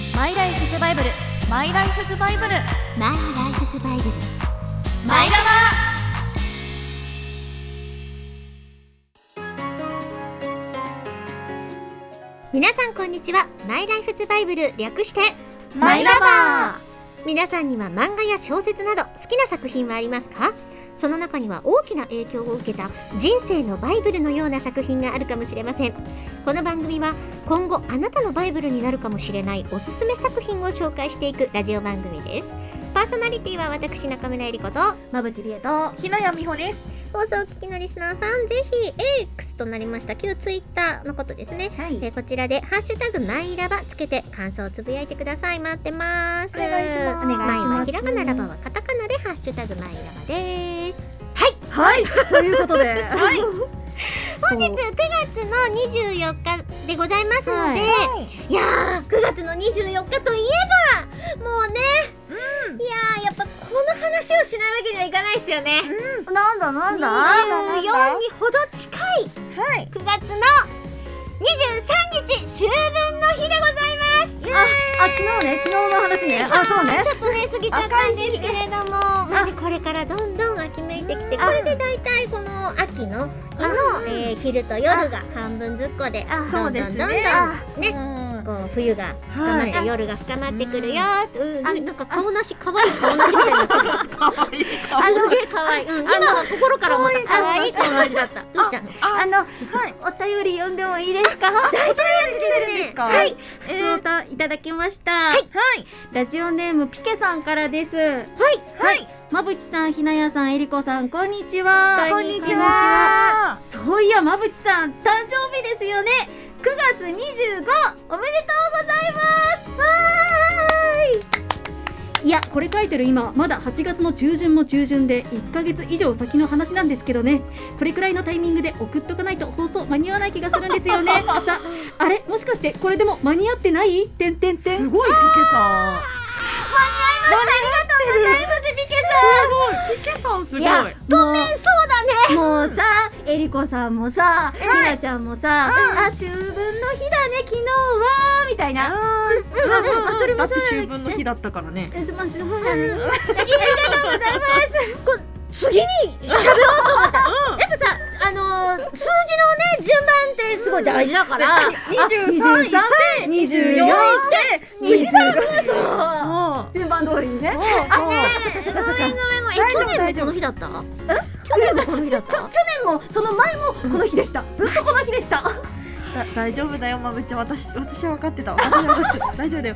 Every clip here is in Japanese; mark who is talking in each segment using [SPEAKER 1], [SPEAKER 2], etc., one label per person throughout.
[SPEAKER 1] バイブルマイライフズバイブル
[SPEAKER 2] マイライフズバイブル
[SPEAKER 1] マイラ
[SPEAKER 2] 皆さんこんにちはマイライフズバイブル略して
[SPEAKER 1] バマイラバ
[SPEAKER 2] 皆さんには漫画や小説など好きな作品はありますかその中には大きな影響を受けた人生のバイブルのような作品があるかもしれませんこの番組は今後あなたのバイブルになるかもしれないおすすめ作品を紹介していくラジオ番組ですパーソナリティは私中村えり子と
[SPEAKER 1] ーまぶちりえと日野谷美穂です
[SPEAKER 2] 放送を聞きのリスナーさんぜひ AX となりました旧 Twitter のことですね
[SPEAKER 1] はい
[SPEAKER 2] えーこちらで「ハッシュタグマイラバ」つけて感想をつぶやいてください待ってます
[SPEAKER 1] お願いします
[SPEAKER 2] マイはひらがな
[SPEAKER 1] お願いしま
[SPEAKER 2] ラ
[SPEAKER 1] す
[SPEAKER 2] バはカタカナで「ハッシュタグマイラバ」です
[SPEAKER 1] はいということではい
[SPEAKER 2] 本日9月の24日でございますので、
[SPEAKER 1] はい
[SPEAKER 2] い、やー9月の24日といえばもうね、いやーやっぱこの話をしないわけにはいかないですよね、
[SPEAKER 1] なんだなんだ
[SPEAKER 2] 24に
[SPEAKER 1] は
[SPEAKER 2] ほど近い
[SPEAKER 1] い
[SPEAKER 2] 9月の23日秋分の日でございます
[SPEAKER 1] ああ昨日ね昨日の話ねあそうね
[SPEAKER 2] ちょっとね過ぎちゃったんですけれども、まあね、これからどんどん秋めいてきて
[SPEAKER 1] うん
[SPEAKER 2] これで大体この秋
[SPEAKER 1] う、
[SPEAKER 2] の日の
[SPEAKER 1] ん
[SPEAKER 2] えー昼と夜が半分ずっこで
[SPEAKER 1] あそ
[SPEAKER 2] ど
[SPEAKER 1] うんで
[SPEAKER 2] ど
[SPEAKER 1] す
[SPEAKER 2] ん
[SPEAKER 1] ね
[SPEAKER 2] どんどん
[SPEAKER 1] う
[SPEAKER 2] ね
[SPEAKER 1] ん
[SPEAKER 2] こう冬が深まって、
[SPEAKER 1] はい
[SPEAKER 2] 夜が深まってくるようん
[SPEAKER 1] あ
[SPEAKER 2] なんか顔なし可愛い顔なしみたいになってる
[SPEAKER 1] かわいいか
[SPEAKER 2] あすげえ可愛い、うん、今は心からまた可愛い顔なしだったどうした
[SPEAKER 1] あの、お便り読んでもいいですか
[SPEAKER 2] 大事なやつ
[SPEAKER 1] てるんですか
[SPEAKER 2] はい
[SPEAKER 1] 普通歌いただきました、はい、ラジオネームピケさんからです
[SPEAKER 2] はい
[SPEAKER 1] はい、まぶちさん、ひなやさん、えりこさん、こんにちは。
[SPEAKER 2] こんにちは。
[SPEAKER 1] そういや、まぶちさん、誕生日ですよね。9月25、おめでとうございます。わーい。いや、これ書いてる今、まだ8月の中旬も中旬で、1ヶ月以上先の話なんですけどね。これくらいのタイミングで送っとかないと放送間に合わない気がするんですよ ね。さ、あれ、もしかして、これでも間に合ってないてんてんてん。
[SPEAKER 3] すごいピケさん。
[SPEAKER 1] ありがとうございます、みけさん。
[SPEAKER 3] ピケさんすごい。
[SPEAKER 1] い
[SPEAKER 3] な
[SPEAKER 1] や
[SPEAKER 3] んか
[SPEAKER 1] ごめんそうだねもうさえりこさんもさひなちゃんもさ、あ秋分の日だね昨日はみたいなうんうんうんあそれも
[SPEAKER 3] だっ
[SPEAKER 1] そ
[SPEAKER 3] て
[SPEAKER 1] うだね
[SPEAKER 3] 秋分の日だったからね。
[SPEAKER 1] えすまんすまんありがとうございます
[SPEAKER 2] 次に喋ろうと思った。やっぱさ、あのー数字のね、順番ってすごい大事だ から。
[SPEAKER 1] 23 23 24
[SPEAKER 2] 二十三そう。
[SPEAKER 3] あ
[SPEAKER 1] 順番通りにね
[SPEAKER 2] あね
[SPEAKER 1] そ
[SPEAKER 2] え、
[SPEAKER 1] っかそっかそっか
[SPEAKER 2] え、去年もこの日だった？去年も この日だった？
[SPEAKER 1] 去年もその前もこの日でしたずっとこの日でした
[SPEAKER 3] あだ大丈夫だよまぶっちゃん私私は分かってた私は分かってた大丈夫だよ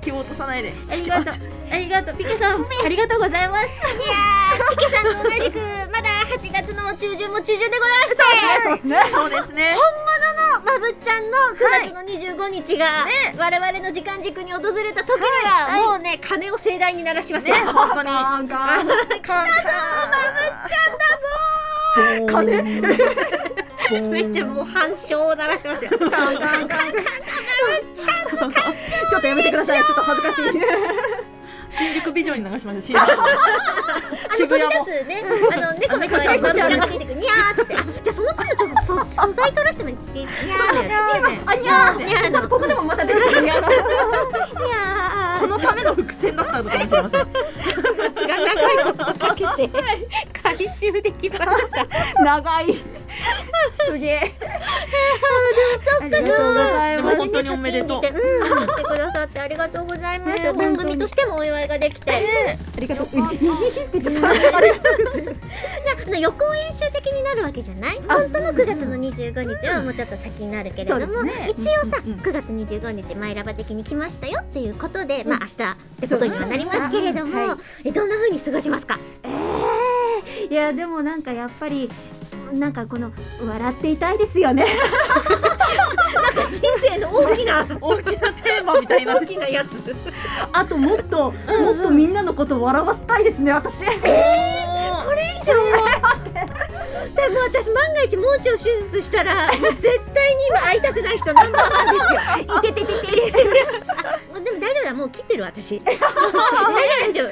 [SPEAKER 3] 気を落とさないで。
[SPEAKER 1] ありがとうありがとうピケさんありがとうございます
[SPEAKER 2] いやー、ピケさんと同じくまだ8月の中旬も中旬でございま
[SPEAKER 1] そう
[SPEAKER 2] して。
[SPEAKER 1] ですね
[SPEAKER 3] そうですね。
[SPEAKER 2] 本物のまぶっちゃんの9月の25日が我々の時間軸に訪れた時には
[SPEAKER 1] はい
[SPEAKER 2] もうね鐘を盛大に鳴らしますよ。
[SPEAKER 3] ね本当に。来たぞまぶっちゃんだぞ。金。
[SPEAKER 2] めっちゃもう反証を鳴らしますよ。カンカンカンカン
[SPEAKER 1] ちょっとやめてくださいちょっと恥ずかしい
[SPEAKER 3] 新宿ビジョンに流しましょう。新宿
[SPEAKER 2] あの飛び
[SPEAKER 3] 渋谷も。
[SPEAKER 2] 出すね、あの猫の声にまぶちゃんが出てくる、にゃーって、あじゃあその声をちょっとそ素材取らしてもいいにゃーのや
[SPEAKER 1] あにゃー
[SPEAKER 2] にゃーの
[SPEAKER 1] ここでもまた出てくるにゃーにゃ
[SPEAKER 3] このための伏線だったのかもしれません。
[SPEAKER 2] つが長いことかけて回収できました。
[SPEAKER 1] ー長いすげえ
[SPEAKER 2] そ
[SPEAKER 1] あ
[SPEAKER 2] っ
[SPEAKER 1] り
[SPEAKER 2] か
[SPEAKER 1] がとうござい
[SPEAKER 3] で
[SPEAKER 1] ま
[SPEAKER 3] も
[SPEAKER 1] す
[SPEAKER 3] 本当におめでとう
[SPEAKER 2] 先に見てうん、来てくださってありがとうございます。
[SPEAKER 1] ねえ
[SPEAKER 2] 番組としてもお祝いができて、
[SPEAKER 1] ありがとうってちょっとあれ
[SPEAKER 2] じゃあ予行演習的になるわけじゃない？
[SPEAKER 1] あ
[SPEAKER 2] 本当の9月の25日はもうちょっと先になるけれど
[SPEAKER 1] そ
[SPEAKER 2] も、
[SPEAKER 1] うですね
[SPEAKER 2] 一応さ、
[SPEAKER 3] うんうん
[SPEAKER 2] 9月25日マイラバ的に来ましたよっていうことで、まあ明日ってことにはなりますけれども、
[SPEAKER 1] そうですねは
[SPEAKER 2] えどんな風に過ごしますか？
[SPEAKER 1] えーいやでもなんかやっぱりなんかこの笑っていたいですよね
[SPEAKER 2] 人生の大き な
[SPEAKER 3] 大きなテーマみたいになってきた。
[SPEAKER 2] やつ
[SPEAKER 1] あともっともっとみんなのことを笑わせたいですね私
[SPEAKER 2] これ以上でも私万が一盲腸手術したら 絶対に今会いたくない人ナンバーワン
[SPEAKER 1] いて ててて
[SPEAKER 2] ですでも大丈夫だもう切ってる 私大丈夫大丈夫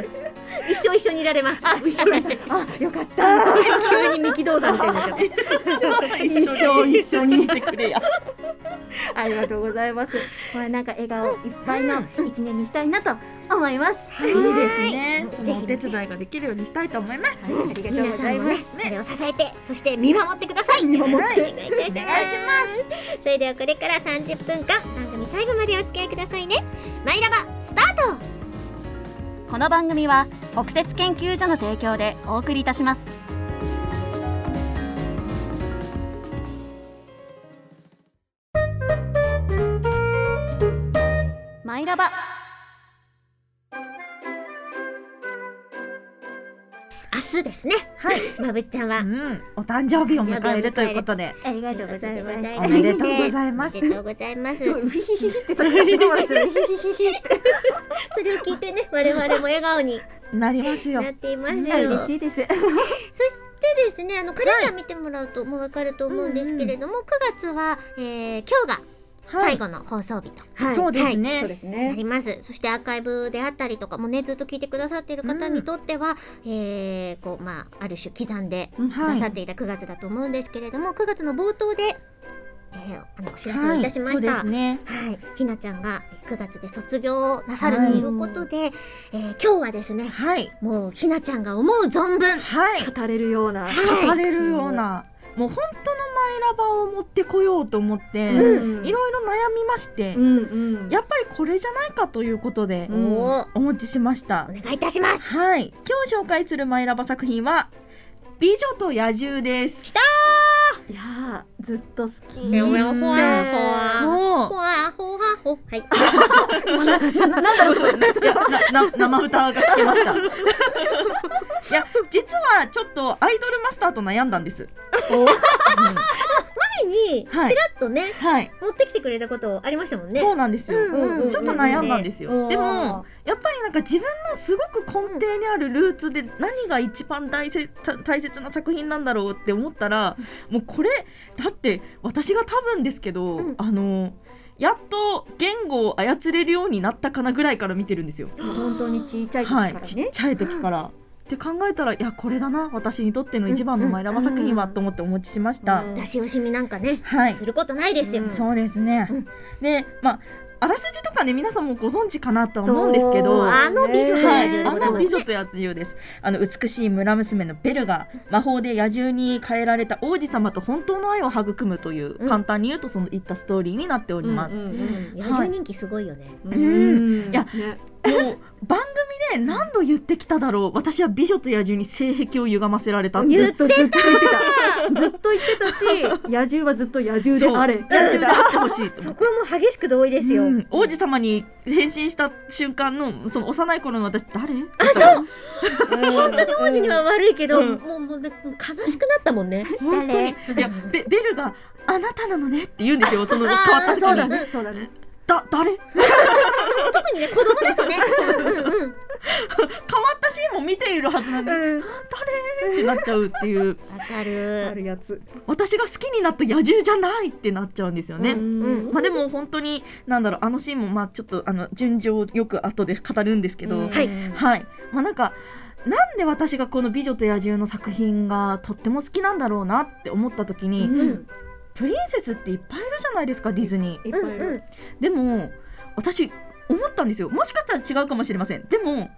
[SPEAKER 2] 一生一緒にいられます
[SPEAKER 3] 一緒に。
[SPEAKER 1] あよかった
[SPEAKER 2] 急に三木道山みたいになっちゃった
[SPEAKER 1] 一生一緒に
[SPEAKER 3] 見てくれや。
[SPEAKER 1] ありがとうございます。これなんか笑顔いっぱいの一年にしたいなと思います。
[SPEAKER 3] いいですね
[SPEAKER 2] はい。
[SPEAKER 3] そのお手伝いができるようにしたいと思います。
[SPEAKER 1] はい、ありがとうございま
[SPEAKER 2] 皆
[SPEAKER 1] す。
[SPEAKER 2] さんもね、それを支えて、そして見守ってください。お願いいたします。それではこれから30分間、番組最後までお付き合いくださいね。マイラバ、スタート
[SPEAKER 4] この番組は北雪研究所の提供でお送りいたしますマイラバ
[SPEAKER 2] 明日ですね。
[SPEAKER 3] はい。
[SPEAKER 2] まぶっちゃん
[SPEAKER 3] う
[SPEAKER 2] は。
[SPEAKER 3] ん。お誕生日を迎えるということで。
[SPEAKER 1] ありがとうございます。
[SPEAKER 3] おめでとうございます
[SPEAKER 2] おめでとうございます。
[SPEAKER 1] すごいウヒヒヒヒってさっきからすごい笑っちゃう
[SPEAKER 2] それを聞いてね、我々も笑顔に
[SPEAKER 3] なりますよ
[SPEAKER 2] な。っていますよ。
[SPEAKER 1] 嬉しいです。
[SPEAKER 2] そしてですね、あのカレンダー見てもらうともうわかると思うんですけれども、9月は、えー今日が
[SPEAKER 3] は
[SPEAKER 2] 最
[SPEAKER 3] い。
[SPEAKER 2] 後の放送日と
[SPEAKER 1] はい
[SPEAKER 3] そうです
[SPEAKER 1] そう
[SPEAKER 3] ね。
[SPEAKER 1] です
[SPEAKER 2] な
[SPEAKER 1] ね。
[SPEAKER 2] ります、そしてアーカイブであったりとかもねずっと聞いてくださっている方にとっては、えーこうまあある種刻んでくださっていた9月だと思うんですけれども、9月の冒頭で、えーあのお知らせをいたしま
[SPEAKER 3] そう
[SPEAKER 2] し
[SPEAKER 3] で
[SPEAKER 2] た。
[SPEAKER 3] すね。
[SPEAKER 2] はい、ひなちゃんが9月で卒業をなさるということで、えー今日はですね
[SPEAKER 3] はい。
[SPEAKER 2] もうひなちゃんが思う存分
[SPEAKER 3] はい。
[SPEAKER 1] 語れるような。
[SPEAKER 3] 語れるような、もう本当のマイラバを持ってこようと思って、い
[SPEAKER 1] うん
[SPEAKER 3] ろいろ悩みまして、
[SPEAKER 1] うんうん。
[SPEAKER 3] やっぱりこれじゃないかということで、
[SPEAKER 1] うん
[SPEAKER 2] お
[SPEAKER 3] お持ちしました
[SPEAKER 2] お。願いいたします
[SPEAKER 3] はい。今日紹介するマイラバ作品は、美女と野獣です。
[SPEAKER 1] いやーずっと好き。
[SPEAKER 3] ね
[SPEAKER 2] ほわほわ
[SPEAKER 3] そ
[SPEAKER 2] ほ
[SPEAKER 3] う。
[SPEAKER 2] わほわほはい
[SPEAKER 3] いやなな生歌が聞け ました。いや、実はちょっとアイドルマスターと悩んだんです。
[SPEAKER 2] 前にちら
[SPEAKER 3] はい
[SPEAKER 2] っとね、
[SPEAKER 3] はい。
[SPEAKER 2] 持ってきてくれたことありましたもんね
[SPEAKER 3] そうなんですよ、
[SPEAKER 2] うんうんうん
[SPEAKER 3] ちょっと悩んだんですよ、
[SPEAKER 1] うん
[SPEAKER 3] でもやっぱりなんか自分のすごく根底にあるルーツで何が一番大切大切な作品なんだろうって思ったらもうこれだって私が多分ですけど、
[SPEAKER 2] うん
[SPEAKER 3] あのやっと言語を操れるようになったかなぐらいから見てるんですよ。
[SPEAKER 1] 本当に小さい時
[SPEAKER 3] は
[SPEAKER 1] か
[SPEAKER 3] い、
[SPEAKER 1] ら
[SPEAKER 3] ちっ
[SPEAKER 1] ね。
[SPEAKER 3] ちゃい時から、って考えたらいやこれだな私にとっての一番のマイラバ作品は、と思ってお持ちしました。
[SPEAKER 1] うん
[SPEAKER 2] 出し惜しみなんかね、
[SPEAKER 3] はい
[SPEAKER 2] することないですよ、
[SPEAKER 1] うん
[SPEAKER 3] そうですね。
[SPEAKER 2] うん
[SPEAKER 3] で、まあ、あらすじとかね、皆さんもご存知かなとは思うんですけ
[SPEAKER 1] そ
[SPEAKER 3] ど。
[SPEAKER 1] う
[SPEAKER 3] はい
[SPEAKER 2] あの美女と野
[SPEAKER 1] ね
[SPEAKER 2] 獣で
[SPEAKER 3] あ
[SPEAKER 2] ござい
[SPEAKER 3] の
[SPEAKER 2] ま
[SPEAKER 3] 美
[SPEAKER 2] す
[SPEAKER 3] 女と野獣です。あの美しい村娘のベルが魔法で野獣に変えられた王子様と本当の愛を育むという、
[SPEAKER 2] うん
[SPEAKER 3] 簡単に言うとそのいったストーリーになっております。
[SPEAKER 1] うん
[SPEAKER 2] うん野獣人気すごいよね、
[SPEAKER 1] うんん
[SPEAKER 3] いや
[SPEAKER 1] ね
[SPEAKER 3] もう番組で何度言ってきただろう。私は美女と野獣に性癖を歪ませられたって。
[SPEAKER 1] ずっとずっと言ってた。ずっと言ってたし、野獣はずっと野獣であれ。
[SPEAKER 3] 野獣であってほしいと思って
[SPEAKER 2] そこはもう激しく同意ですよ、
[SPEAKER 3] うん王子様に変身した瞬間のその幼い頃の私誰
[SPEAKER 2] あそう
[SPEAKER 1] 本当に
[SPEAKER 2] 王子には悪いけど、
[SPEAKER 3] うん
[SPEAKER 2] もうもうねもう悲しくなったもんね
[SPEAKER 3] 本当にいやベベルがあなたなのねって言うんですよその変
[SPEAKER 2] あー
[SPEAKER 3] わった時
[SPEAKER 1] そうだ
[SPEAKER 3] に
[SPEAKER 1] ね、そうだね。
[SPEAKER 3] だ誰 変わ
[SPEAKER 2] 特にね子供だとねうんうん
[SPEAKER 3] ったシーンも見ているはずなのに
[SPEAKER 1] うん、
[SPEAKER 3] ってなっちゃうっていう
[SPEAKER 2] わか
[SPEAKER 1] あ
[SPEAKER 2] る
[SPEAKER 1] るやつ。
[SPEAKER 3] 私が好きになった野獣じゃないってなっちゃうんですよね、
[SPEAKER 1] うん
[SPEAKER 2] うん
[SPEAKER 3] まあでも本当になんだろうあのシーンもまあちょっとあの順序をよく後で語るんですけど、
[SPEAKER 1] うん
[SPEAKER 2] はい
[SPEAKER 3] はいまあなんかなんで私がこの「美女と野獣」の作品がとっても好きなんだろうなって思った時に、
[SPEAKER 1] うん
[SPEAKER 3] プリンセスっていっぱいいるじゃないですかディズニー。
[SPEAKER 1] いっ
[SPEAKER 2] う
[SPEAKER 1] ぱ
[SPEAKER 2] ん
[SPEAKER 1] いいる。
[SPEAKER 2] うん
[SPEAKER 3] でも私思ったんですよもしかしたら違うかもしれませんでもほん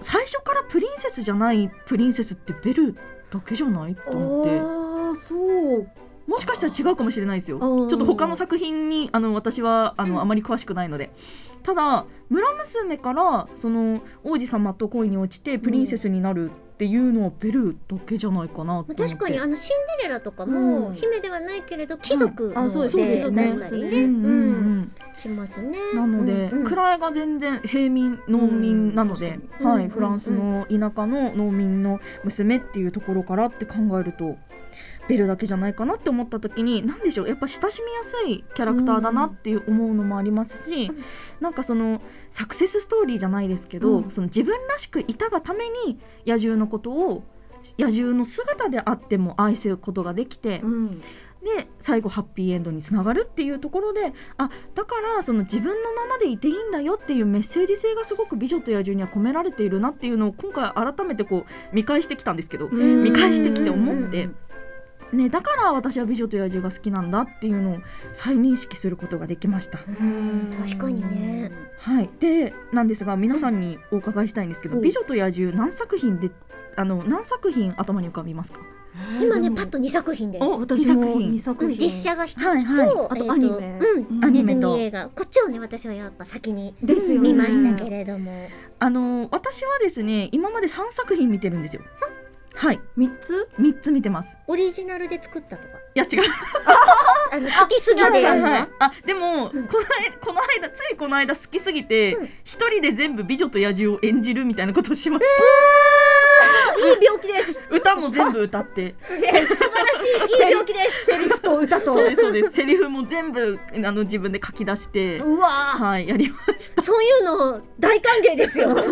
[SPEAKER 3] 最初からプリンセスじゃないプリンセスってベルだけじゃないと思って
[SPEAKER 1] ああ、そう。
[SPEAKER 3] もしかしたら違うかもしれないですよち
[SPEAKER 1] お
[SPEAKER 3] ょ
[SPEAKER 1] ー
[SPEAKER 3] っと他の作品にあの私はあの、あまり詳しくないのでただ村娘からその王子様と恋に落ちてプリンセスになるっていうのはベルだけじゃないかなと思って、
[SPEAKER 2] まあ、確かにあのシンデレラとかも、
[SPEAKER 1] うん
[SPEAKER 2] 姫ではないけれど貴族
[SPEAKER 1] あそう
[SPEAKER 2] の
[SPEAKER 1] です
[SPEAKER 3] そうで
[SPEAKER 2] 例
[SPEAKER 3] す
[SPEAKER 2] だっ
[SPEAKER 3] ね
[SPEAKER 2] たり
[SPEAKER 3] う
[SPEAKER 2] ね
[SPEAKER 3] んうんうん
[SPEAKER 2] うんしますね。
[SPEAKER 3] なので、
[SPEAKER 2] うんうん
[SPEAKER 3] 位が全然平民農民なの
[SPEAKER 1] う
[SPEAKER 3] で
[SPEAKER 1] ん、
[SPEAKER 2] 確かにう
[SPEAKER 3] は
[SPEAKER 2] んうんうん
[SPEAKER 3] い、フランスの田舎の農民の娘っていうところからって考えるとベルだけじゃないかなって思った時に何でしょうやっぱ親しみやすいキャラクターだなっていう思うのもありますし、
[SPEAKER 2] うん
[SPEAKER 3] なんかそのサクセスストーリーじゃないですけど、
[SPEAKER 1] うん
[SPEAKER 3] その自分らしくいたがために野獣のことを野獣の姿であっても愛せることができて、
[SPEAKER 1] うん。
[SPEAKER 3] で最後ハッピーエンドにつながるっていうところであだからその自分のままでいていいんだよっていうメッセージ性がすごく「美女と野獣」には込められているなっていうのを今回改めてこう見返してきたんですけど、
[SPEAKER 1] うん
[SPEAKER 3] 見返してきて思ってね、だから私は「美女と野獣」が好きなんだっていうのを再認識することができました。
[SPEAKER 1] うん
[SPEAKER 2] 確かにね
[SPEAKER 3] はい、でなんですが皆さんにお伺いしたいんですけど「
[SPEAKER 2] うん
[SPEAKER 3] 美女と野獣」何作品であの何作品頭に浮かびますか
[SPEAKER 2] 今
[SPEAKER 1] で
[SPEAKER 2] ね
[SPEAKER 1] も
[SPEAKER 2] パッと2作品です
[SPEAKER 3] お
[SPEAKER 1] 私も
[SPEAKER 3] 二
[SPEAKER 1] 二作品
[SPEAKER 2] 実写が一つと,、
[SPEAKER 3] はいは
[SPEAKER 1] あ
[SPEAKER 3] い
[SPEAKER 1] と
[SPEAKER 2] えーと
[SPEAKER 1] アニメ
[SPEAKER 2] うん
[SPEAKER 1] ア
[SPEAKER 2] デ
[SPEAKER 1] ニ
[SPEAKER 2] ィズ
[SPEAKER 3] メ
[SPEAKER 2] ニ
[SPEAKER 3] と
[SPEAKER 2] ー映画こっちをね私はやっぱ先に
[SPEAKER 1] ですよね
[SPEAKER 2] 見ましたけれども、
[SPEAKER 3] あの私はですね今まで3作品見てるんですよ。はい
[SPEAKER 1] 三つ
[SPEAKER 3] 3つ見てます。
[SPEAKER 2] オリジナルで作ったとか
[SPEAKER 3] いや違う
[SPEAKER 2] あの好きすぎ
[SPEAKER 1] あ
[SPEAKER 2] て
[SPEAKER 1] はいはい
[SPEAKER 3] あでも、
[SPEAKER 2] うん
[SPEAKER 3] この間この間ついこの間好きすぎて
[SPEAKER 2] うん
[SPEAKER 3] 一、人で全部美女と野獣を演じるみたいなことをしまし
[SPEAKER 2] いい病気です
[SPEAKER 3] た、歌も全部歌って
[SPEAKER 2] 素晴らしいいい病気です
[SPEAKER 1] セリフと歌と
[SPEAKER 3] そうですそうですセリフも全部あの自分で書き出して、
[SPEAKER 1] うわ
[SPEAKER 3] はいやりまし た
[SPEAKER 2] そういうの大歓迎ですよ
[SPEAKER 3] もう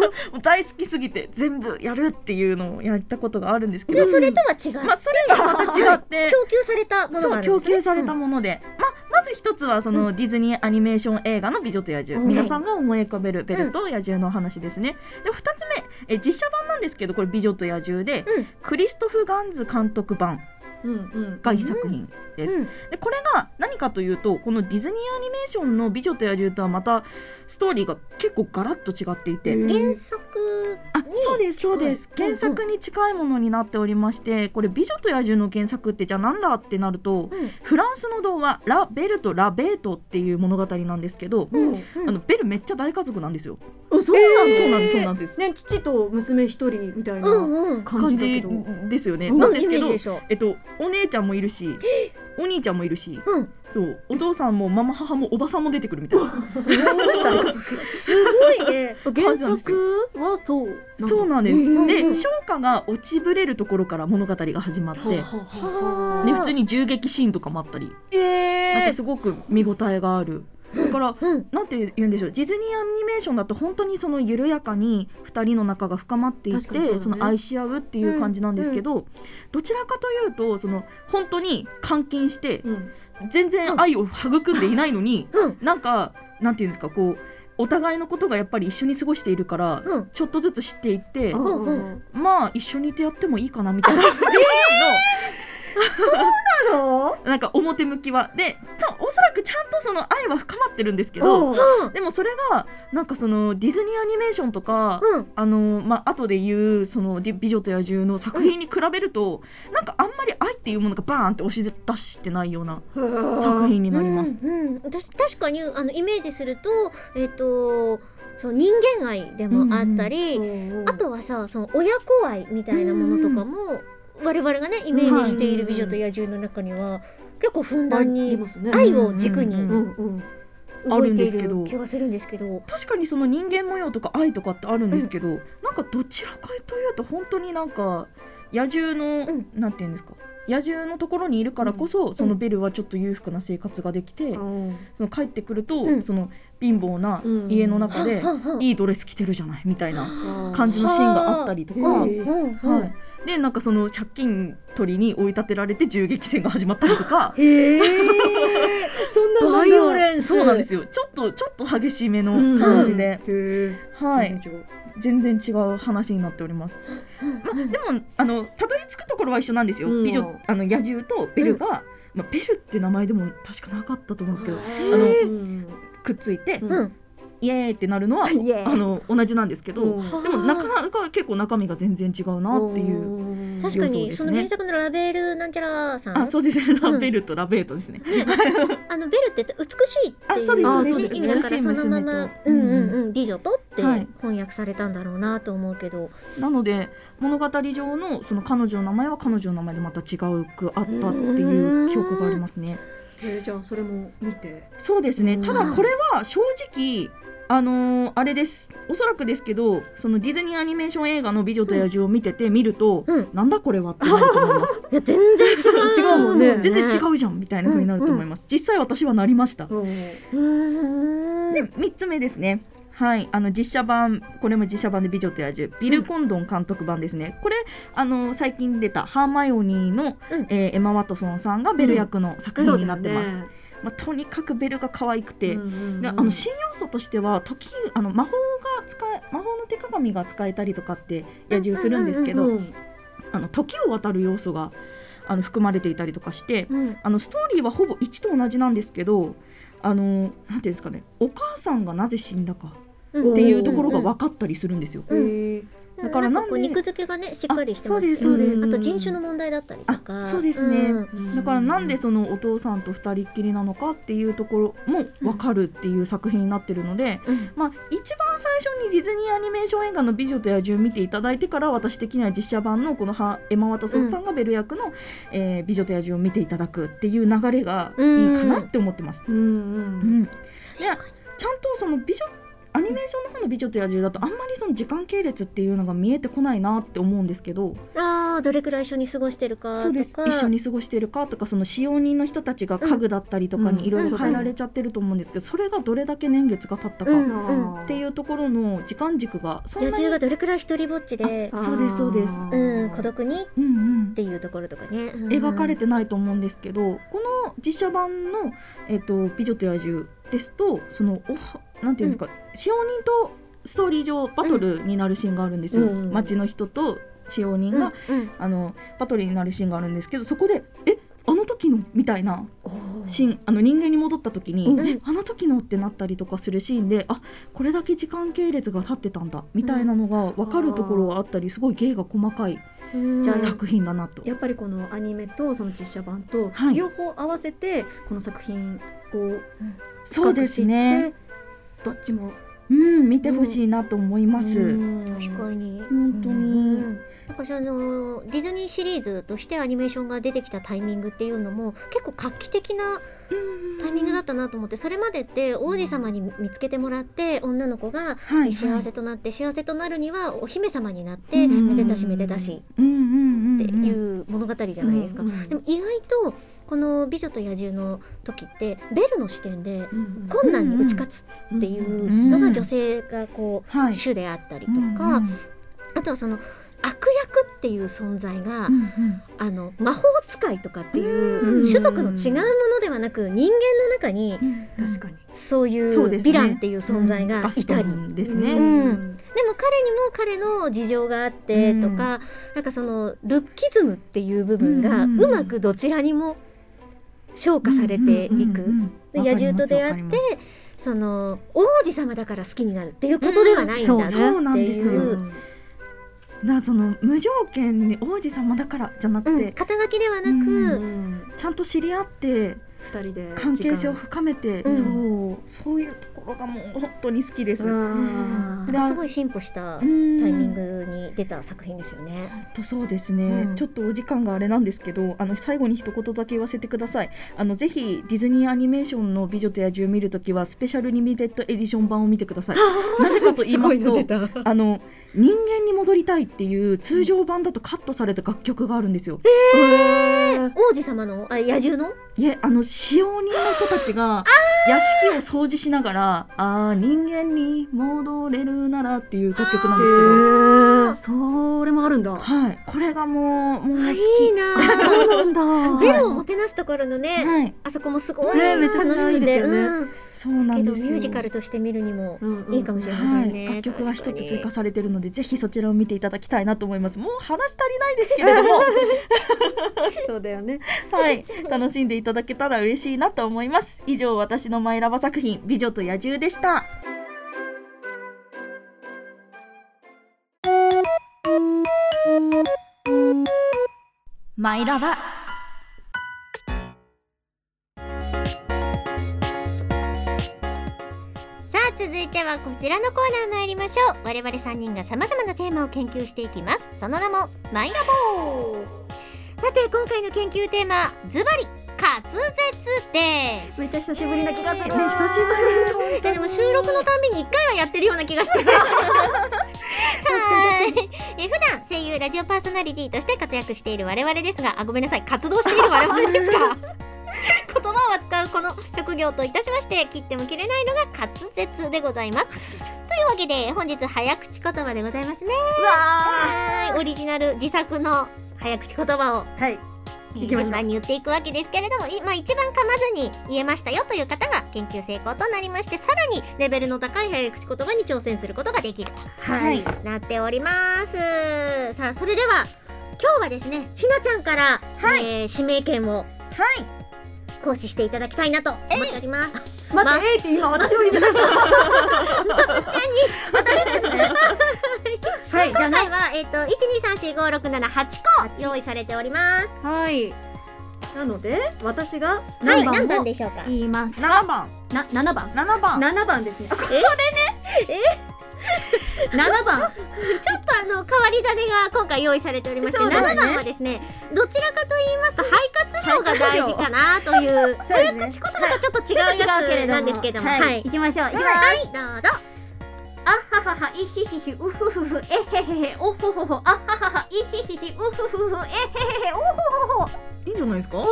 [SPEAKER 3] 大好きすぎて全部やるっていうのをやったことがあるんですけど、
[SPEAKER 2] でそれとは違う、
[SPEAKER 3] まあそれとはまた違って
[SPEAKER 2] 供給されたものがあ
[SPEAKER 3] そ
[SPEAKER 2] るん
[SPEAKER 3] う供
[SPEAKER 2] ですね
[SPEAKER 3] 給されたもので、ままず一つはその、ディズニーアニメーション映画の「美女と野獣」
[SPEAKER 2] うん
[SPEAKER 3] 皆さんが思い浮かべる「ベルと野獣」のお話ですね。で二つ目え実写版なんですけどこれ「美女と野獣で」
[SPEAKER 2] うん
[SPEAKER 3] クリストフ・ガンズ監督版
[SPEAKER 1] うんうん
[SPEAKER 3] が一作品です。
[SPEAKER 2] うん
[SPEAKER 3] でこれが何かというとこのディズニーアニメーションの「美女と野獣」とはまたストーリーが結構ガラッと違っていて。
[SPEAKER 2] 原作
[SPEAKER 3] あそうですそうです
[SPEAKER 2] 近い
[SPEAKER 3] 原作に近いものになっておりましてこれ「美女と野獣」の原作ってじゃあなんだってなると
[SPEAKER 2] うん
[SPEAKER 3] フランスの童話「ラ・ベルとラ・ベート」っていう物語なんですけど、
[SPEAKER 1] うん
[SPEAKER 3] あのベルめっちゃ大家族なんですよ。
[SPEAKER 1] あそうなんだ
[SPEAKER 3] そうなんですそうなんです。
[SPEAKER 1] ね父と娘一人みたい
[SPEAKER 2] うん
[SPEAKER 1] な
[SPEAKER 2] うん
[SPEAKER 1] 感じ
[SPEAKER 3] 感
[SPEAKER 1] だけ
[SPEAKER 3] じ
[SPEAKER 1] ど
[SPEAKER 3] ですよね。
[SPEAKER 1] うん
[SPEAKER 3] なん
[SPEAKER 2] の
[SPEAKER 3] で
[SPEAKER 2] イ
[SPEAKER 3] す
[SPEAKER 2] メー
[SPEAKER 3] け
[SPEAKER 2] ジ
[SPEAKER 3] ど
[SPEAKER 2] で、しょう
[SPEAKER 3] えっと、お姉ちゃんもいるしお兄ちゃんもいるし
[SPEAKER 2] うん、
[SPEAKER 3] そうお父さんもママ母もおばさんも出てくるみたいな。
[SPEAKER 2] すごいね。
[SPEAKER 1] 原作はそうだ
[SPEAKER 3] そうなんで
[SPEAKER 1] へー
[SPEAKER 3] す。
[SPEAKER 2] うんう
[SPEAKER 3] で
[SPEAKER 2] ん
[SPEAKER 3] 翔歌が落ちぶれるところから物語が始まって。
[SPEAKER 1] は
[SPEAKER 3] ね
[SPEAKER 1] あはあ
[SPEAKER 2] はあ
[SPEAKER 1] ね
[SPEAKER 3] 普通に銃撃シーンとかもあったりなん
[SPEAKER 2] え
[SPEAKER 3] かすごく見応えがある。だから
[SPEAKER 2] うん、
[SPEAKER 3] なんて言うんでしょうディズニーアニメーションだと本当にその緩やかに2人の仲が深まっていって
[SPEAKER 1] 確
[SPEAKER 3] そ,、
[SPEAKER 1] かにそうだね
[SPEAKER 3] の愛し合うっていう感じなんですけど、どちらかというとその本当に監禁して
[SPEAKER 1] うん
[SPEAKER 3] 全然愛を育んでいないのに、
[SPEAKER 2] うん
[SPEAKER 3] なんかなんて言うんですかこうお互いのことがやっぱり一緒に過ごしているから、
[SPEAKER 2] うん
[SPEAKER 3] ちょっとずつ知っていって、
[SPEAKER 1] あ
[SPEAKER 2] うんうん
[SPEAKER 1] あ
[SPEAKER 3] まあ一緒にいてやってもいいかなみた いな。
[SPEAKER 1] ああ
[SPEAKER 3] なんか表向きはでたおそらくちゃんとその愛は深まってるんですけど、
[SPEAKER 1] うん
[SPEAKER 3] でもそれがなんかそのディズニーアニメーションとか、
[SPEAKER 2] うん、
[SPEAKER 3] あのまあ後で言うそのディ美女と野獣の作品に比べると、なんかあんまり愛っていうものがバーンって押し出してないような作品になります。
[SPEAKER 2] うん、うん私確かにあのイメージすると、えっ、と、そう人間愛でもあったり、あとはさ、その親子愛みたいなものとかも、我々がねイメージしている美女と野獣の中には結構ふんだんに愛
[SPEAKER 1] 愛
[SPEAKER 2] を軸
[SPEAKER 1] う
[SPEAKER 3] うを
[SPEAKER 2] に
[SPEAKER 1] んうん
[SPEAKER 3] あ
[SPEAKER 2] 動
[SPEAKER 3] る
[SPEAKER 2] い
[SPEAKER 3] ん
[SPEAKER 2] て
[SPEAKER 3] で
[SPEAKER 2] い
[SPEAKER 3] すけど
[SPEAKER 2] る気がするんですけど、
[SPEAKER 3] 確かにその人間模様とか愛とかってあるんですけど、なんかどちらかというと本当になんか野獣の、
[SPEAKER 2] うん
[SPEAKER 3] なんていうんですか野獣のところにいるからこそ、そのベルはちょっと裕福な生活ができて、その帰ってくると、
[SPEAKER 2] うん
[SPEAKER 3] その貧乏な
[SPEAKER 1] うん
[SPEAKER 3] 家の中で、
[SPEAKER 2] はんはんはん
[SPEAKER 3] いいドレス着てるじゃないみたいな
[SPEAKER 1] あ
[SPEAKER 3] 感じのシーンがあったりとか、
[SPEAKER 1] はあ
[SPEAKER 2] うん
[SPEAKER 3] は
[SPEAKER 1] へ
[SPEAKER 3] い
[SPEAKER 1] え
[SPEAKER 2] うんうん
[SPEAKER 3] でなんかその借金取りに追い立てられて銃撃戦が始まったりとか
[SPEAKER 2] へえ
[SPEAKER 1] そんな
[SPEAKER 2] バイオレンス
[SPEAKER 3] そうなんですよちょっとちょっと激しめの
[SPEAKER 1] うん
[SPEAKER 3] 感じ
[SPEAKER 1] へ
[SPEAKER 3] で、
[SPEAKER 1] え
[SPEAKER 3] はい、
[SPEAKER 1] 全然違う
[SPEAKER 3] 全然違う話になっております。まあ、でもあのたどり着くところは一緒なんですよ、
[SPEAKER 1] うん
[SPEAKER 3] 美女あの野獣とベルが、まあ、ベルって名前でも確かなかったと思うんですけど
[SPEAKER 1] あ
[SPEAKER 3] の
[SPEAKER 1] うん
[SPEAKER 3] くっついて、
[SPEAKER 2] うん
[SPEAKER 3] イエーイってなるのは
[SPEAKER 1] イエーイ
[SPEAKER 3] あの同じなんですけど、
[SPEAKER 1] うん
[SPEAKER 3] でもなかなか結構中身が全然違うなっていう。
[SPEAKER 1] うん
[SPEAKER 2] 確か
[SPEAKER 3] 要素
[SPEAKER 2] に
[SPEAKER 3] ですね
[SPEAKER 2] その原作のラベルなんちゃらさん
[SPEAKER 3] あ、そうですね。
[SPEAKER 2] ん
[SPEAKER 3] ラ ベルとラベートですね。
[SPEAKER 2] あのベルって美しいっていう
[SPEAKER 3] あそうです
[SPEAKER 1] そうです
[SPEAKER 2] 意味だから
[SPEAKER 3] 美しい
[SPEAKER 2] そ
[SPEAKER 3] 娘と
[SPEAKER 2] のままう
[SPEAKER 3] うんん
[SPEAKER 2] う
[SPEAKER 3] うんん
[SPEAKER 2] うん美女とって
[SPEAKER 3] はい
[SPEAKER 2] 翻訳されたんだろうなと思うけど、
[SPEAKER 3] なので物語上のその彼女の名前は彼女の名前でまた違うくあったっていう記憶がありますね。
[SPEAKER 1] えーじゃあそれも見て
[SPEAKER 3] そうですね。
[SPEAKER 1] うん
[SPEAKER 3] ただこれは正直あのーあれです。おそらくですけど、そのディズニーアニメーション映画の美女と野獣を見てて見ると、
[SPEAKER 2] うん、い
[SPEAKER 3] なんだこれはってなると思います。
[SPEAKER 2] や全然違う
[SPEAKER 1] 違うもんね
[SPEAKER 3] 全然
[SPEAKER 2] う
[SPEAKER 3] 違うじゃんみたいな風になると思います。実際私はなりました。
[SPEAKER 2] うーん
[SPEAKER 3] で3つ目ですね。はい、あの実写版これも実写版で「美女と野獣」ビル・コンドン監督版ですね、これあの最近出たハーマイオニーの、
[SPEAKER 2] うん
[SPEAKER 3] えーエマ・ワトソンさんがベル役の作品になってます、
[SPEAKER 1] す
[SPEAKER 3] まあ、とにかくベルが可愛くて、で
[SPEAKER 1] あ
[SPEAKER 3] あの新要素としては時あの魔法が使え魔法の手鏡が使えたりとかって野獣するんですけど、
[SPEAKER 1] うん
[SPEAKER 3] あの時を渡る要素があの含まれていたりとかして
[SPEAKER 2] うん
[SPEAKER 3] あのストーリーはほぼ1と同じなんですけどあのなんていうんですかねお母さんがなぜ死んだか
[SPEAKER 2] うん
[SPEAKER 3] っていうところが分かったりするんですよ。
[SPEAKER 2] うん
[SPEAKER 3] だから
[SPEAKER 2] なんかこう
[SPEAKER 3] なんで
[SPEAKER 2] 肉付けがねしっかりしてます
[SPEAKER 3] あそうです
[SPEAKER 1] そうです
[SPEAKER 2] んあと人種の問題だったりとか
[SPEAKER 3] あそうですね
[SPEAKER 2] ん
[SPEAKER 3] だからなんでそのお父さんと二人っきりなのかっていうところも分かるっていう作品になってるので、
[SPEAKER 2] うん
[SPEAKER 3] まあ、一番最初にディズニーアニメーション映画の「美女と野獣」見ていただいてから私的には実写版のこのはエマ・ワトソンさんがベル役の「えー美女と野獣」を見ていただくっていう流れがいいかなって思ってます。
[SPEAKER 1] うんうん
[SPEAKER 3] うんでちゃんとその美女アニメーションの方の「美女と野獣」だとあんまりその時間系列っていうのが見えてこないなって思うんですけど、
[SPEAKER 2] ああどれくらい一緒に過ごしてるかとか
[SPEAKER 3] そうです一緒に過ごしてるかとかその使用人の人たちが家具だったりとか
[SPEAKER 1] うん
[SPEAKER 3] にいろいろ変えられちゃってると思うんですけどそれがどれだけ年月が経ったか
[SPEAKER 2] うん
[SPEAKER 3] っていうところの時間軸がそん
[SPEAKER 2] 野
[SPEAKER 3] なに
[SPEAKER 2] 獣がどれくらい一人ぼっちで
[SPEAKER 3] あそうですそうです
[SPEAKER 2] うん孤独にっ
[SPEAKER 3] うんうん
[SPEAKER 2] ていうところとかね
[SPEAKER 3] 描かれ
[SPEAKER 2] て
[SPEAKER 3] てないと思うんですけどこの実写版の「えっと美女と野獣」ですとそのおはなんていうんですか使用人とストーリー上バトルになるシーンがあるんですよ
[SPEAKER 1] うんうんうん
[SPEAKER 3] 街の人と使用人があのバトルになるシーンがあるんですけどそこで「えあの時の?」みたいなシーンあの人間に戻った時に、
[SPEAKER 1] うん
[SPEAKER 3] えあの時のってなったりとかするシーンであこれだけ時間系列が経ってたんだみたいなのが分かるところがあったり、すごい芸が細かい
[SPEAKER 1] じゃあ
[SPEAKER 3] 作品だなと。
[SPEAKER 1] やっぱりこのアニメとその実写版と
[SPEAKER 3] はい
[SPEAKER 1] 両方合わせてこの作品を
[SPEAKER 3] そうですね。
[SPEAKER 1] どっちも
[SPEAKER 3] うん見てほしいなと思います。
[SPEAKER 1] うん
[SPEAKER 2] 確かに
[SPEAKER 3] 本当
[SPEAKER 2] う
[SPEAKER 3] に、
[SPEAKER 2] んなんかそのディズニーシリーズとしてアニメーションが出てきたタイミングっていうのも結構画期的なタイミングだったなと思ってそれまでって王子様に見つけてもらって女の子が
[SPEAKER 3] はい
[SPEAKER 2] 幸せとなって幸せとなるにはお姫様になって
[SPEAKER 3] うん
[SPEAKER 2] めでたしめでたし
[SPEAKER 3] うんうんうんうん
[SPEAKER 2] っていう物語じゃないですか。
[SPEAKER 1] うんうん
[SPEAKER 2] でも意外とこの「美女と野獣」の時ってベルの視点で
[SPEAKER 1] うん
[SPEAKER 2] 困難に打ち勝つっていうのが女性がこ
[SPEAKER 3] は
[SPEAKER 2] う
[SPEAKER 3] い
[SPEAKER 2] 主であったりと
[SPEAKER 3] う
[SPEAKER 2] か
[SPEAKER 3] ん
[SPEAKER 2] あとはその悪役っていう存在が
[SPEAKER 3] うんうん
[SPEAKER 2] あの魔法使いとかって
[SPEAKER 1] う
[SPEAKER 2] い
[SPEAKER 1] ん
[SPEAKER 2] う種族の違うものではなく人間の中に
[SPEAKER 3] うん
[SPEAKER 1] 確かに
[SPEAKER 2] そういう
[SPEAKER 3] そう
[SPEAKER 2] ヴ
[SPEAKER 3] ですね
[SPEAKER 2] ィランっていう存在が
[SPEAKER 3] ガ
[SPEAKER 2] い
[SPEAKER 3] スト
[SPEAKER 2] たり。
[SPEAKER 3] ンです
[SPEAKER 2] う
[SPEAKER 3] ね。
[SPEAKER 2] んでも彼にも彼の事情があってとか、なんかそのルッキズムっていう部分が
[SPEAKER 3] う
[SPEAKER 2] うん
[SPEAKER 3] うん
[SPEAKER 2] まくどちらにも昇華されていく、で野獣と出会ってその王子様だから好きになるっていうことではないんだなって
[SPEAKER 3] うんそうねそうなん
[SPEAKER 2] い
[SPEAKER 3] です
[SPEAKER 2] う,、
[SPEAKER 3] よ
[SPEAKER 2] うん
[SPEAKER 3] なその無条件に王子様だからじゃなくて、
[SPEAKER 2] 肩書きではなく、
[SPEAKER 3] う
[SPEAKER 1] うん
[SPEAKER 3] ちゃんと知り合って
[SPEAKER 1] 二人で
[SPEAKER 3] 関係性を深めて、
[SPEAKER 2] う
[SPEAKER 3] そうそういうところがもう本当に好きです。
[SPEAKER 1] う
[SPEAKER 3] う
[SPEAKER 1] ん
[SPEAKER 3] ん
[SPEAKER 2] なんかすごい進歩したタイ
[SPEAKER 3] イ
[SPEAKER 2] ミングに出た作品ですよね。
[SPEAKER 3] とそうですね、
[SPEAKER 2] うん
[SPEAKER 3] ちょっとお時間があれなんですけどあの最後に一言だけ言わせてくださいあのぜひディズニーアニメーションの「美女と野獣」見るときはスペシャルリミテッドエディション版を見てく ださいなぜかと言いますと
[SPEAKER 1] た
[SPEAKER 3] あの人間に戻りたいっていう通常版だとカットされた楽曲があるんですよ、
[SPEAKER 2] 王子様のあ野獣の
[SPEAKER 3] いえあの使用人の人たちが屋敷を掃除しながら「ああ人間に戻れるなら」っていう楽曲なんですけ
[SPEAKER 1] へ
[SPEAKER 3] ど。
[SPEAKER 1] えそれもあるんだ
[SPEAKER 3] はい、これがもう、もう
[SPEAKER 2] あ
[SPEAKER 3] 好
[SPEAKER 2] い
[SPEAKER 3] き。
[SPEAKER 2] いな
[SPEAKER 1] そうなんだ
[SPEAKER 2] ベロをもてなすところのね、
[SPEAKER 3] はい、
[SPEAKER 2] あそこもすごい
[SPEAKER 1] ねめ
[SPEAKER 2] 楽
[SPEAKER 1] ちゃくちゃい
[SPEAKER 2] し
[SPEAKER 1] い
[SPEAKER 2] く
[SPEAKER 1] ですよ
[SPEAKER 2] て、
[SPEAKER 1] ね
[SPEAKER 2] うん、
[SPEAKER 3] そうな
[SPEAKER 2] け
[SPEAKER 3] んで
[SPEAKER 2] ど
[SPEAKER 3] す
[SPEAKER 2] ミ
[SPEAKER 3] よ。
[SPEAKER 2] ュージカルとして見るにも
[SPEAKER 1] うんうん
[SPEAKER 2] いいかもしれませ
[SPEAKER 3] は
[SPEAKER 2] ん
[SPEAKER 3] い、
[SPEAKER 2] ね。
[SPEAKER 3] 楽曲は一つ追加
[SPEAKER 2] 確
[SPEAKER 3] されてるので、ぜひそちらを見ていただきたいなと思います。もう話足りないですけれども、
[SPEAKER 1] そうだよね
[SPEAKER 3] はい、楽しんでいただけたら嬉しいなと思います。以上、私のマイラバ作品、美女と野獣でした。
[SPEAKER 4] マイラバ
[SPEAKER 2] にさあ続いてはこちらのコーナー参りましょう。我々三人がさまざまなテーマを研究していきます。その名もマイラボー。さて今回の研究テーマズバリ滑舌です。
[SPEAKER 1] めっちゃ久しぶりな気がする
[SPEAKER 2] ね久しぶり。でも収録のたんびに一回はやってるような気がして。はい。え普段声優ラジオパーソナリティとして活躍している我々ですが、あごめんなさい活動している我々です が。言葉を扱うこの職業といたしまして切っても切れないのが滑舌でございますというわけで本日早口言葉でございますねはーいオリジナル自作の早口言葉を
[SPEAKER 1] はい
[SPEAKER 2] え
[SPEAKER 1] 行
[SPEAKER 2] ー
[SPEAKER 1] きましょう
[SPEAKER 2] 順番に言っていくわけですけれども、いまあ、一番噛まずに言えましたよという方が研究成功となりましてさらにレベルの高い早口言葉に挑戦することができる
[SPEAKER 1] はい
[SPEAKER 2] となっておりますさあそれでは今日はですねひなちゃんから
[SPEAKER 3] はい
[SPEAKER 2] えー指名権を
[SPEAKER 3] はい
[SPEAKER 2] 行使していただきたいなと思ってお ります。
[SPEAKER 1] 待
[SPEAKER 2] ま
[SPEAKER 1] って、えいって今私を指さしたはいじゃあ
[SPEAKER 2] 今
[SPEAKER 1] な
[SPEAKER 2] 回はえっ、と一二三四五六七八個用意されております。
[SPEAKER 1] はいなので私が
[SPEAKER 2] はい、
[SPEAKER 1] 何
[SPEAKER 2] 何
[SPEAKER 1] 番
[SPEAKER 2] 番
[SPEAKER 1] も
[SPEAKER 2] でしょうか。
[SPEAKER 1] 言います
[SPEAKER 3] 7番
[SPEAKER 1] な7番
[SPEAKER 3] 7番
[SPEAKER 1] 7番ですねあこれね
[SPEAKER 2] え
[SPEAKER 1] 7番
[SPEAKER 2] ちょっとあの変わり種が今回用意されておりまして、
[SPEAKER 1] そうだね
[SPEAKER 2] 7番はですねどちらかと言いますと肺活量が大事かなという
[SPEAKER 1] そうですね
[SPEAKER 2] ちことまたちょっと違うやつなんですけどもは、
[SPEAKER 1] はいい、
[SPEAKER 2] はい
[SPEAKER 1] 行きましょう行きます、
[SPEAKER 2] どうぞ
[SPEAKER 1] あははは、いひひひ、うふふふ、えへへへ、おほほほ、あははは、いひひひ、うふふふ、えへへへ、おほほほ。
[SPEAKER 3] いいんじゃないですか
[SPEAKER 2] おーい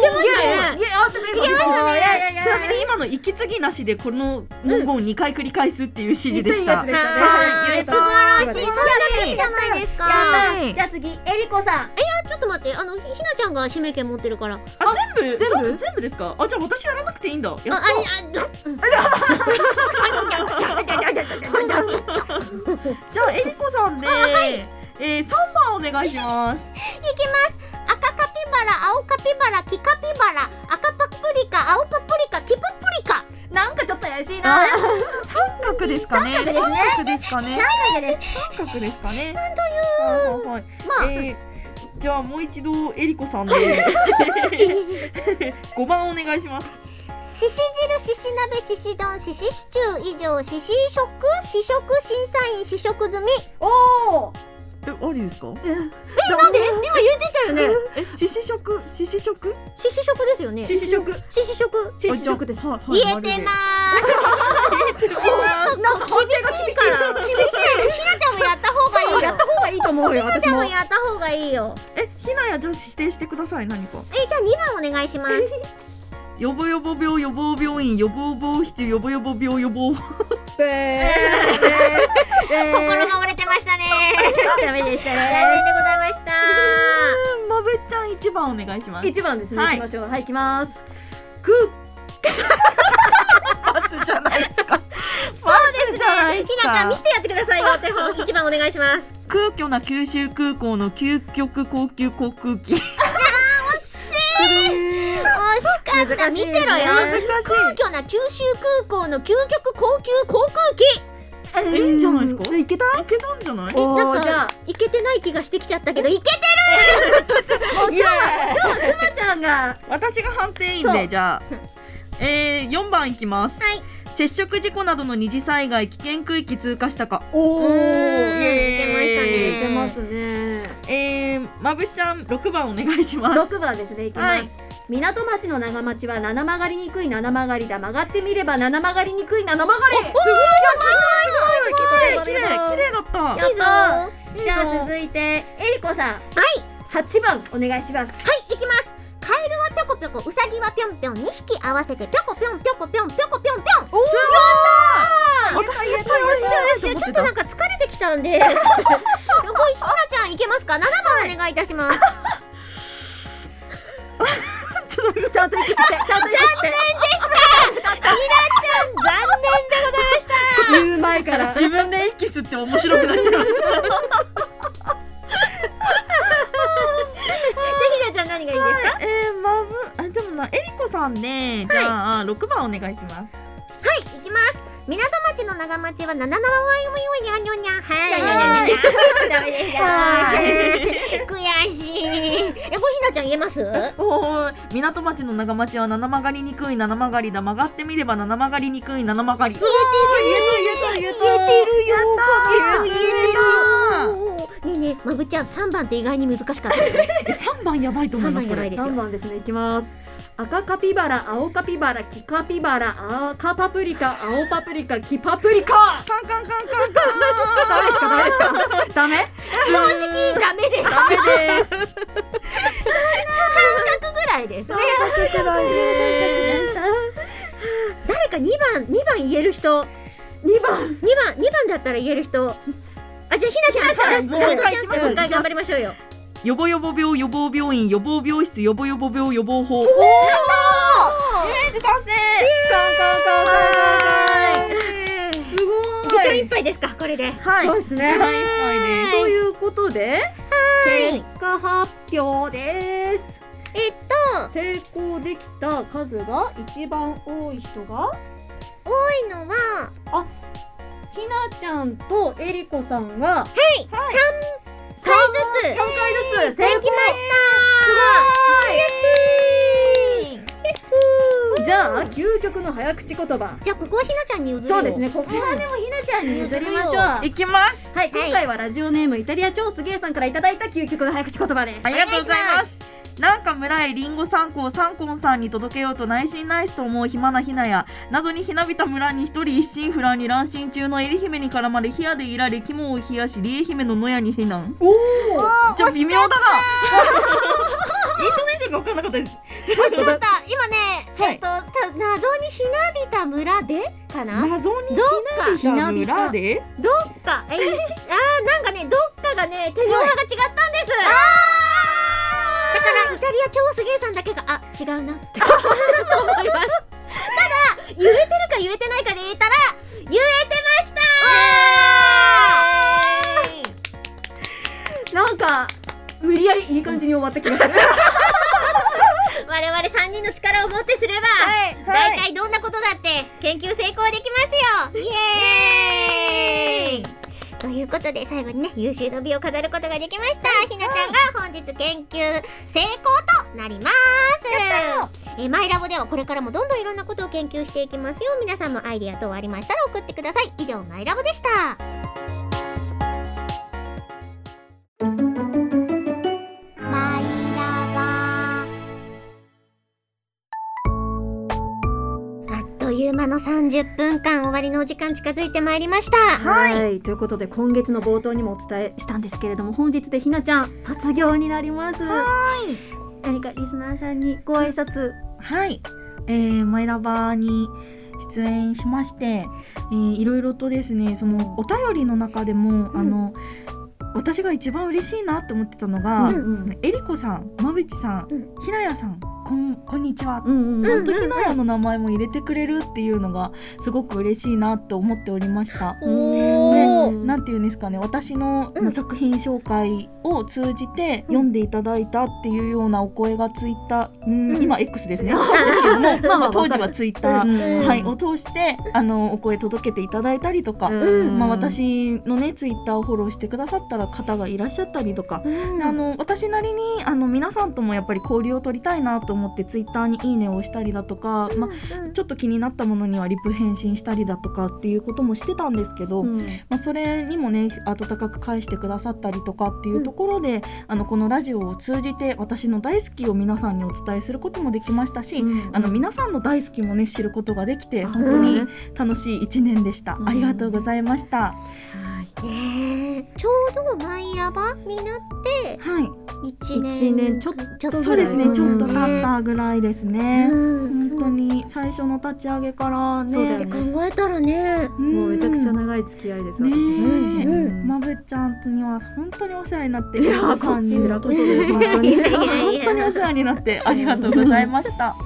[SPEAKER 2] けましたね
[SPEAKER 1] いや、あとね、いけましたね。いやいや
[SPEAKER 3] ちなみに今の息継ぎなしでこの文言を2回繰り返すっていう指示でした、
[SPEAKER 1] いいやつでしたね
[SPEAKER 2] はい素晴らしい
[SPEAKER 1] 素
[SPEAKER 2] そ
[SPEAKER 1] 晴らしい
[SPEAKER 2] れだけじゃないです
[SPEAKER 1] や
[SPEAKER 2] か
[SPEAKER 1] っ
[SPEAKER 3] は
[SPEAKER 1] た。
[SPEAKER 3] い
[SPEAKER 1] じゃあ次、えりこさん。
[SPEAKER 2] ちょっと待ってあのひなちゃんが指名権持ってるからあ
[SPEAKER 3] あ全部
[SPEAKER 1] 全部
[SPEAKER 3] 全部全部ですかあじゃあ私やらなくていいんだやった
[SPEAKER 2] ああど
[SPEAKER 3] じゃあえりこさんで、えー、3番お願いします
[SPEAKER 2] いきます赤カピバラ青カピバラ黄カピバラ赤パプリカ青パプリカ黄パプリカ
[SPEAKER 1] なんかちょっと怪しい
[SPEAKER 3] あ
[SPEAKER 1] な。
[SPEAKER 3] 三角ですかね。三角ですかね。
[SPEAKER 2] 何がです
[SPEAKER 3] 三角ですかね。なんという。はいはいはい。えーじゃあもう一度えりこさんで五番お願いします。
[SPEAKER 2] しし汁しし鍋しし丼ししシチュー以上しし食試食審査員試食済み
[SPEAKER 1] おお。
[SPEAKER 3] えありですか？
[SPEAKER 2] えなんで今言えてたよね
[SPEAKER 3] え獅子食獅子食？
[SPEAKER 2] しし食ですよね
[SPEAKER 1] 獅子食。
[SPEAKER 2] しし食
[SPEAKER 1] 獅子食です。
[SPEAKER 3] す。はいはい
[SPEAKER 2] 言えてまー
[SPEAKER 3] 丸で言えてます。
[SPEAKER 2] す厳しいから厳しいひなちゃんもやった方がいい
[SPEAKER 1] や
[SPEAKER 2] よ
[SPEAKER 1] った方がいいと思うよ。
[SPEAKER 2] ひなち
[SPEAKER 1] 私
[SPEAKER 2] ゃんも
[SPEAKER 1] も。
[SPEAKER 2] やった方がいいよ
[SPEAKER 3] えひなやじゃあ指定してください何か。
[SPEAKER 2] えじゃあ2番お願いします
[SPEAKER 3] 予防予防病予防病院予防防止中予防予防病予防。
[SPEAKER 1] え え。
[SPEAKER 2] 心が折れてましたね
[SPEAKER 1] ダメでした
[SPEAKER 2] 残
[SPEAKER 1] ね。
[SPEAKER 2] 念でございました
[SPEAKER 3] まぶっちゃん一番お願いします。
[SPEAKER 1] 一番ですね。
[SPEAKER 3] は
[SPEAKER 1] 行
[SPEAKER 3] い
[SPEAKER 1] きましょう。はい、行きます。く。
[SPEAKER 3] パスじゃないですか。
[SPEAKER 2] そうです
[SPEAKER 3] じゃない
[SPEAKER 2] ね
[SPEAKER 3] です
[SPEAKER 2] ひ
[SPEAKER 3] か
[SPEAKER 2] なちゃん見せてやってくださいよお手本1番お願いします
[SPEAKER 3] 空虚な九州空港の究極高級航空 機。
[SPEAKER 2] 惜しかった、
[SPEAKER 1] 難し
[SPEAKER 2] 見
[SPEAKER 1] いね
[SPEAKER 2] てろよ
[SPEAKER 1] 難
[SPEAKER 2] 空虚な九州空港の究極高級航空機
[SPEAKER 3] いいんじゃないですか
[SPEAKER 1] うんいけた。
[SPEAKER 3] いけたんじゃない？
[SPEAKER 1] お
[SPEAKER 2] なん
[SPEAKER 1] お、
[SPEAKER 2] か
[SPEAKER 1] じゃあ。
[SPEAKER 2] いけてない気がしてきちゃったけどいけて
[SPEAKER 1] 今日は、今日はくまちゃんが。
[SPEAKER 3] 私が判定員
[SPEAKER 1] そ
[SPEAKER 3] で
[SPEAKER 1] う
[SPEAKER 3] じゃあ、えー、4番いきます
[SPEAKER 2] ない
[SPEAKER 3] 接触事故などの二次災害危険区域通過したか
[SPEAKER 1] お
[SPEAKER 2] お出
[SPEAKER 3] ー
[SPEAKER 2] ましたね
[SPEAKER 1] いけますね。
[SPEAKER 3] えー、まぶちゃん6番お願いします
[SPEAKER 1] 六番ですね。いきます。
[SPEAKER 3] はい
[SPEAKER 1] 港町の長町は七曲がりにくい七曲がりだ曲がってみれば七曲がりにくい七曲がり
[SPEAKER 3] すごい綺麗綺麗綺麗だった
[SPEAKER 1] や
[SPEAKER 2] いいぞはい
[SPEAKER 3] いいぞ
[SPEAKER 1] じゃあ続いてえりこさん八番お願いします
[SPEAKER 2] いきますカエルはぴょこぴょこうさぎはぴょんぴょん2匹合わせてぴょこぴょんぴょこぴょんぴょこぴょんぴょんおおよ
[SPEAKER 3] 私
[SPEAKER 1] やっ
[SPEAKER 3] 絶
[SPEAKER 1] た
[SPEAKER 3] 対
[SPEAKER 2] っしゃよっ
[SPEAKER 3] お
[SPEAKER 2] し
[SPEAKER 3] し
[SPEAKER 2] ゃちょっ
[SPEAKER 3] ゃと
[SPEAKER 2] と
[SPEAKER 3] 思
[SPEAKER 2] な
[SPEAKER 3] って
[SPEAKER 2] んか疲れてきたん でこれひなちゃんいけますか7番お願いいたします
[SPEAKER 1] ちゃんと行きつけちゃんと行きつけ
[SPEAKER 2] 残念でござい ま した
[SPEAKER 1] 言う前か
[SPEAKER 3] た
[SPEAKER 1] ら
[SPEAKER 3] 自分で息吸って面白くなっちゃいまし
[SPEAKER 2] じゃあひなちゃん何がいいですか
[SPEAKER 3] たえー、まぶあでもなえりこさんねじゃあ6番お願いします
[SPEAKER 2] はい、行きます。港町の長町は七七ワイワイワイにゃんにゃんにゃん。はい
[SPEAKER 1] いやいやいやいやダメです
[SPEAKER 2] はい。悔しい。え、これひなちゃん言えます。
[SPEAKER 3] おー港町の長町は七曲がりにくい七曲がりだ曲がってみれば七曲がりにくい七曲がり
[SPEAKER 1] 言えてる言えた言えた
[SPEAKER 3] よ
[SPEAKER 2] 言えてる
[SPEAKER 3] 言
[SPEAKER 2] おーねえねえ、まぶちゃん、三番って意外に難しかった。
[SPEAKER 3] えた3番やばいと思います
[SPEAKER 2] 三番や
[SPEAKER 3] こ
[SPEAKER 2] ばい
[SPEAKER 3] れ
[SPEAKER 2] ですよ
[SPEAKER 1] 三番ですねいきます赤カピバラ青カピバラ黄カピバラ赤パプリカ青パプリカ黄パプリカ
[SPEAKER 3] カンカンカンカンカン
[SPEAKER 1] ダメですかダメですかダ メ
[SPEAKER 2] 正直ダメです。
[SPEAKER 3] ダメです
[SPEAKER 2] 三角ぐらいですね。誰か二番、二番言える人。
[SPEAKER 1] 二番
[SPEAKER 2] 二番、二番だったら言える人。あ、じゃあひなちゃん、ラス
[SPEAKER 3] ひ
[SPEAKER 2] ト
[SPEAKER 3] なちゃん
[SPEAKER 2] ラストチャンスでもう一回頑張りましょうよ。
[SPEAKER 3] 予防予防病予防病院予防病室予防予防病予防法おえー達成
[SPEAKER 1] カンカンカンカンカンカン
[SPEAKER 2] 時
[SPEAKER 1] すご
[SPEAKER 2] 間い
[SPEAKER 1] い
[SPEAKER 2] っぱいですか、これで。
[SPEAKER 3] はい
[SPEAKER 1] そうですね
[SPEAKER 3] はいはいね
[SPEAKER 1] ということで
[SPEAKER 2] はい、はい
[SPEAKER 1] 結果発表です
[SPEAKER 2] えっと
[SPEAKER 1] 成功できた数が一番多い人が
[SPEAKER 2] 多いのは
[SPEAKER 1] ひなちゃんとえりこさんが
[SPEAKER 2] 3回ず
[SPEAKER 1] 3回ずつ
[SPEAKER 2] つで
[SPEAKER 1] 成
[SPEAKER 2] きまし
[SPEAKER 1] 功
[SPEAKER 2] たイエーイ
[SPEAKER 1] じゃあ究極の早口言葉
[SPEAKER 2] じゃあここはひなちゃんに譲るよ
[SPEAKER 1] そうですねここはでもひなちゃんに譲りましょうはい
[SPEAKER 3] いきます
[SPEAKER 1] い今回はラジオネームイタリア超すげえさんからいただいた究極の早口言葉です
[SPEAKER 3] ありがとうございますなんか村へりんご3個をサンコンさんに届けようと内心ナイスと思う暇なひなや謎にひなびた村に一人一心不乱に乱心中のえり姫に絡まれ冷やでいられ肝を冷やしりえ姫の野家に避難
[SPEAKER 1] おお
[SPEAKER 2] お
[SPEAKER 3] ちょ
[SPEAKER 2] ー惜
[SPEAKER 3] 微
[SPEAKER 2] し
[SPEAKER 3] 妙
[SPEAKER 2] か
[SPEAKER 3] だ
[SPEAKER 2] っ
[SPEAKER 3] な イントネーションが分からなかったです
[SPEAKER 2] た惜しかった 今ね、
[SPEAKER 3] はい
[SPEAKER 2] えっとた謎にひなびた村でかな
[SPEAKER 3] 謎に
[SPEAKER 2] どっか
[SPEAKER 3] ひなびた村で
[SPEAKER 2] どっかえいあーなんかねどっかがね手の幅が違ったんです、だからイタリア超すげえさんだけがあ違うなって と思いますただ言えてるか言えてないかで言えたら言えてました
[SPEAKER 1] なんか無理やりいい感じに終わった気がする
[SPEAKER 2] 我々3人の力をもってすれば、
[SPEAKER 1] はい
[SPEAKER 2] だいたいどんなことだって研究成功できますよイエーイということで最後にね優秀の美を飾ることができました、ひなちゃんが本日研究成功となりますえーマイラボではこれからもどんどんいろんなことを研究していきますよ皆さんもアイディア等ありましたら送ってください以上マイラボでしたマイラボあっという間の30分間終わりのお時間近づいてまいりました
[SPEAKER 1] はい、ということで今月の冒頭にもお伝えしたんですけれども本日でひなちゃん卒業になります何かリスナーさんにご挨拶
[SPEAKER 3] はい、えー、マイラバーに出演しまして、えー、いろいろとですねそのお便りの中でも、
[SPEAKER 1] うん
[SPEAKER 3] あの私が一番嬉しいなと思ってたのが、
[SPEAKER 1] うんうん
[SPEAKER 3] そのえりこさん、まぶちさん、
[SPEAKER 2] う
[SPEAKER 3] ひなやさんこんこんにちは、
[SPEAKER 1] うんうん
[SPEAKER 3] ほんとひなやの名前も入れてくれるっていうのがすごく嬉しいなと思っておりました。
[SPEAKER 1] おー
[SPEAKER 3] ねなんていうんですかね私の、
[SPEAKER 2] うん
[SPEAKER 3] 作品紹介を通じて読んでいただいたっていうようなお声がツイッター、うん
[SPEAKER 1] うん
[SPEAKER 3] 今 X ですねですけども
[SPEAKER 1] まあまあ
[SPEAKER 3] 当時はツイッター、
[SPEAKER 2] うん
[SPEAKER 3] はい、を通してあのお声届けていただいたりとか、
[SPEAKER 2] うん
[SPEAKER 3] まあ、私のねツイッターをフォローしてくださったら方がいらっしゃったりとか、であの私なりにあの皆さんともやっぱり交流を取りたいなと思ってツイッターに「いいね」を押したりだとか、まあ、ちょっと気になったものにはリプ返信したりだとかっていうこともしてたんですけど、まあ、それにもね温かく返してくださったりとかっていうところで、あのこのラジオを通じて私の大好きを皆さんにお伝えすることもできましたし、あの皆さんの大好きもね知ることができて
[SPEAKER 1] あ
[SPEAKER 3] 本当に楽しい一年でした、
[SPEAKER 1] うん
[SPEAKER 3] ありがとうございました、
[SPEAKER 2] ねえちょうどマイラバになって
[SPEAKER 3] はい
[SPEAKER 2] 1年
[SPEAKER 1] 一年ちょっ
[SPEAKER 2] ちょ
[SPEAKER 1] そ
[SPEAKER 2] っと
[SPEAKER 1] う
[SPEAKER 3] そうですね、
[SPEAKER 1] うん
[SPEAKER 3] ちょっと経ったぐらいですね、
[SPEAKER 2] うん
[SPEAKER 3] 本当に最初の立ち上げからね
[SPEAKER 1] そうだよ
[SPEAKER 2] って考えたらね
[SPEAKER 3] うん
[SPEAKER 1] もうめちゃくちゃ長い付き合いです、
[SPEAKER 3] ねえ
[SPEAKER 1] 私。
[SPEAKER 2] うん
[SPEAKER 1] うん
[SPEAKER 3] まぶっちゃんには本当にお世話になって
[SPEAKER 1] いや
[SPEAKER 3] まぶさんに
[SPEAKER 1] こちらこそ
[SPEAKER 2] です
[SPEAKER 3] 本当に
[SPEAKER 2] いやいやい
[SPEAKER 3] 本
[SPEAKER 2] や
[SPEAKER 3] 当にお世話になってありがとうございました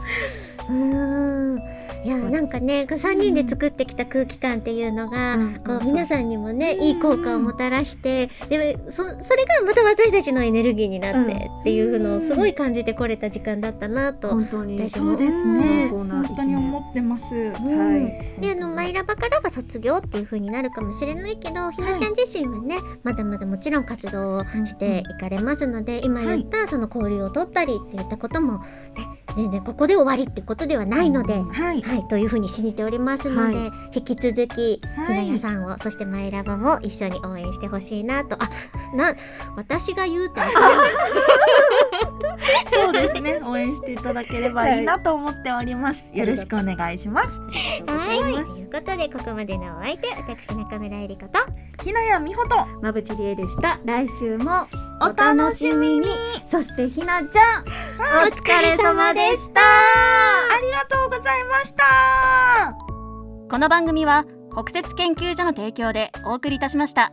[SPEAKER 2] うんいやなんかね3人で作ってきた空気感っていうのが、
[SPEAKER 1] うん
[SPEAKER 2] こ
[SPEAKER 1] そうう
[SPEAKER 2] 皆さんにもね
[SPEAKER 3] うん
[SPEAKER 2] いい効果をもたらしてでもそそれがまた私たちのエネルギーになって
[SPEAKER 1] うん
[SPEAKER 2] っていうのをすごい感じてこれた時間だったなと。
[SPEAKER 1] 本当に。
[SPEAKER 2] 私
[SPEAKER 3] そう
[SPEAKER 2] も
[SPEAKER 3] ですね
[SPEAKER 1] 濃厚な一年
[SPEAKER 3] 本当に思ってます
[SPEAKER 1] はい。
[SPEAKER 2] であのマイラバからは卒業っていう風になるかもしれないけどひなちゃん自身はね、まだまだもちろん活動をしていかれますので、今言ったその交流を取ったりって言ったことも、ね、全然ここで終わりってことではないので、
[SPEAKER 3] はい
[SPEAKER 2] はい、というふうに信じておりますので、
[SPEAKER 1] は
[SPEAKER 2] 引き続き、
[SPEAKER 3] はい
[SPEAKER 2] ひなやさんをそしてマイラバも一緒に応援してほしいなとあな私が言うと
[SPEAKER 3] そうですね応援していただければいいなと思っております、よろしくお願いします
[SPEAKER 2] はいということでここまでのお相手私中村えりこと
[SPEAKER 3] ひなやみほと
[SPEAKER 1] まぶちりえでした。来週も
[SPEAKER 3] お楽しみに
[SPEAKER 1] そしてひなちゃん、
[SPEAKER 2] お疲れ様でした
[SPEAKER 3] ありがとうございました
[SPEAKER 4] この番組は北雪研究所の提供でお送りいたしました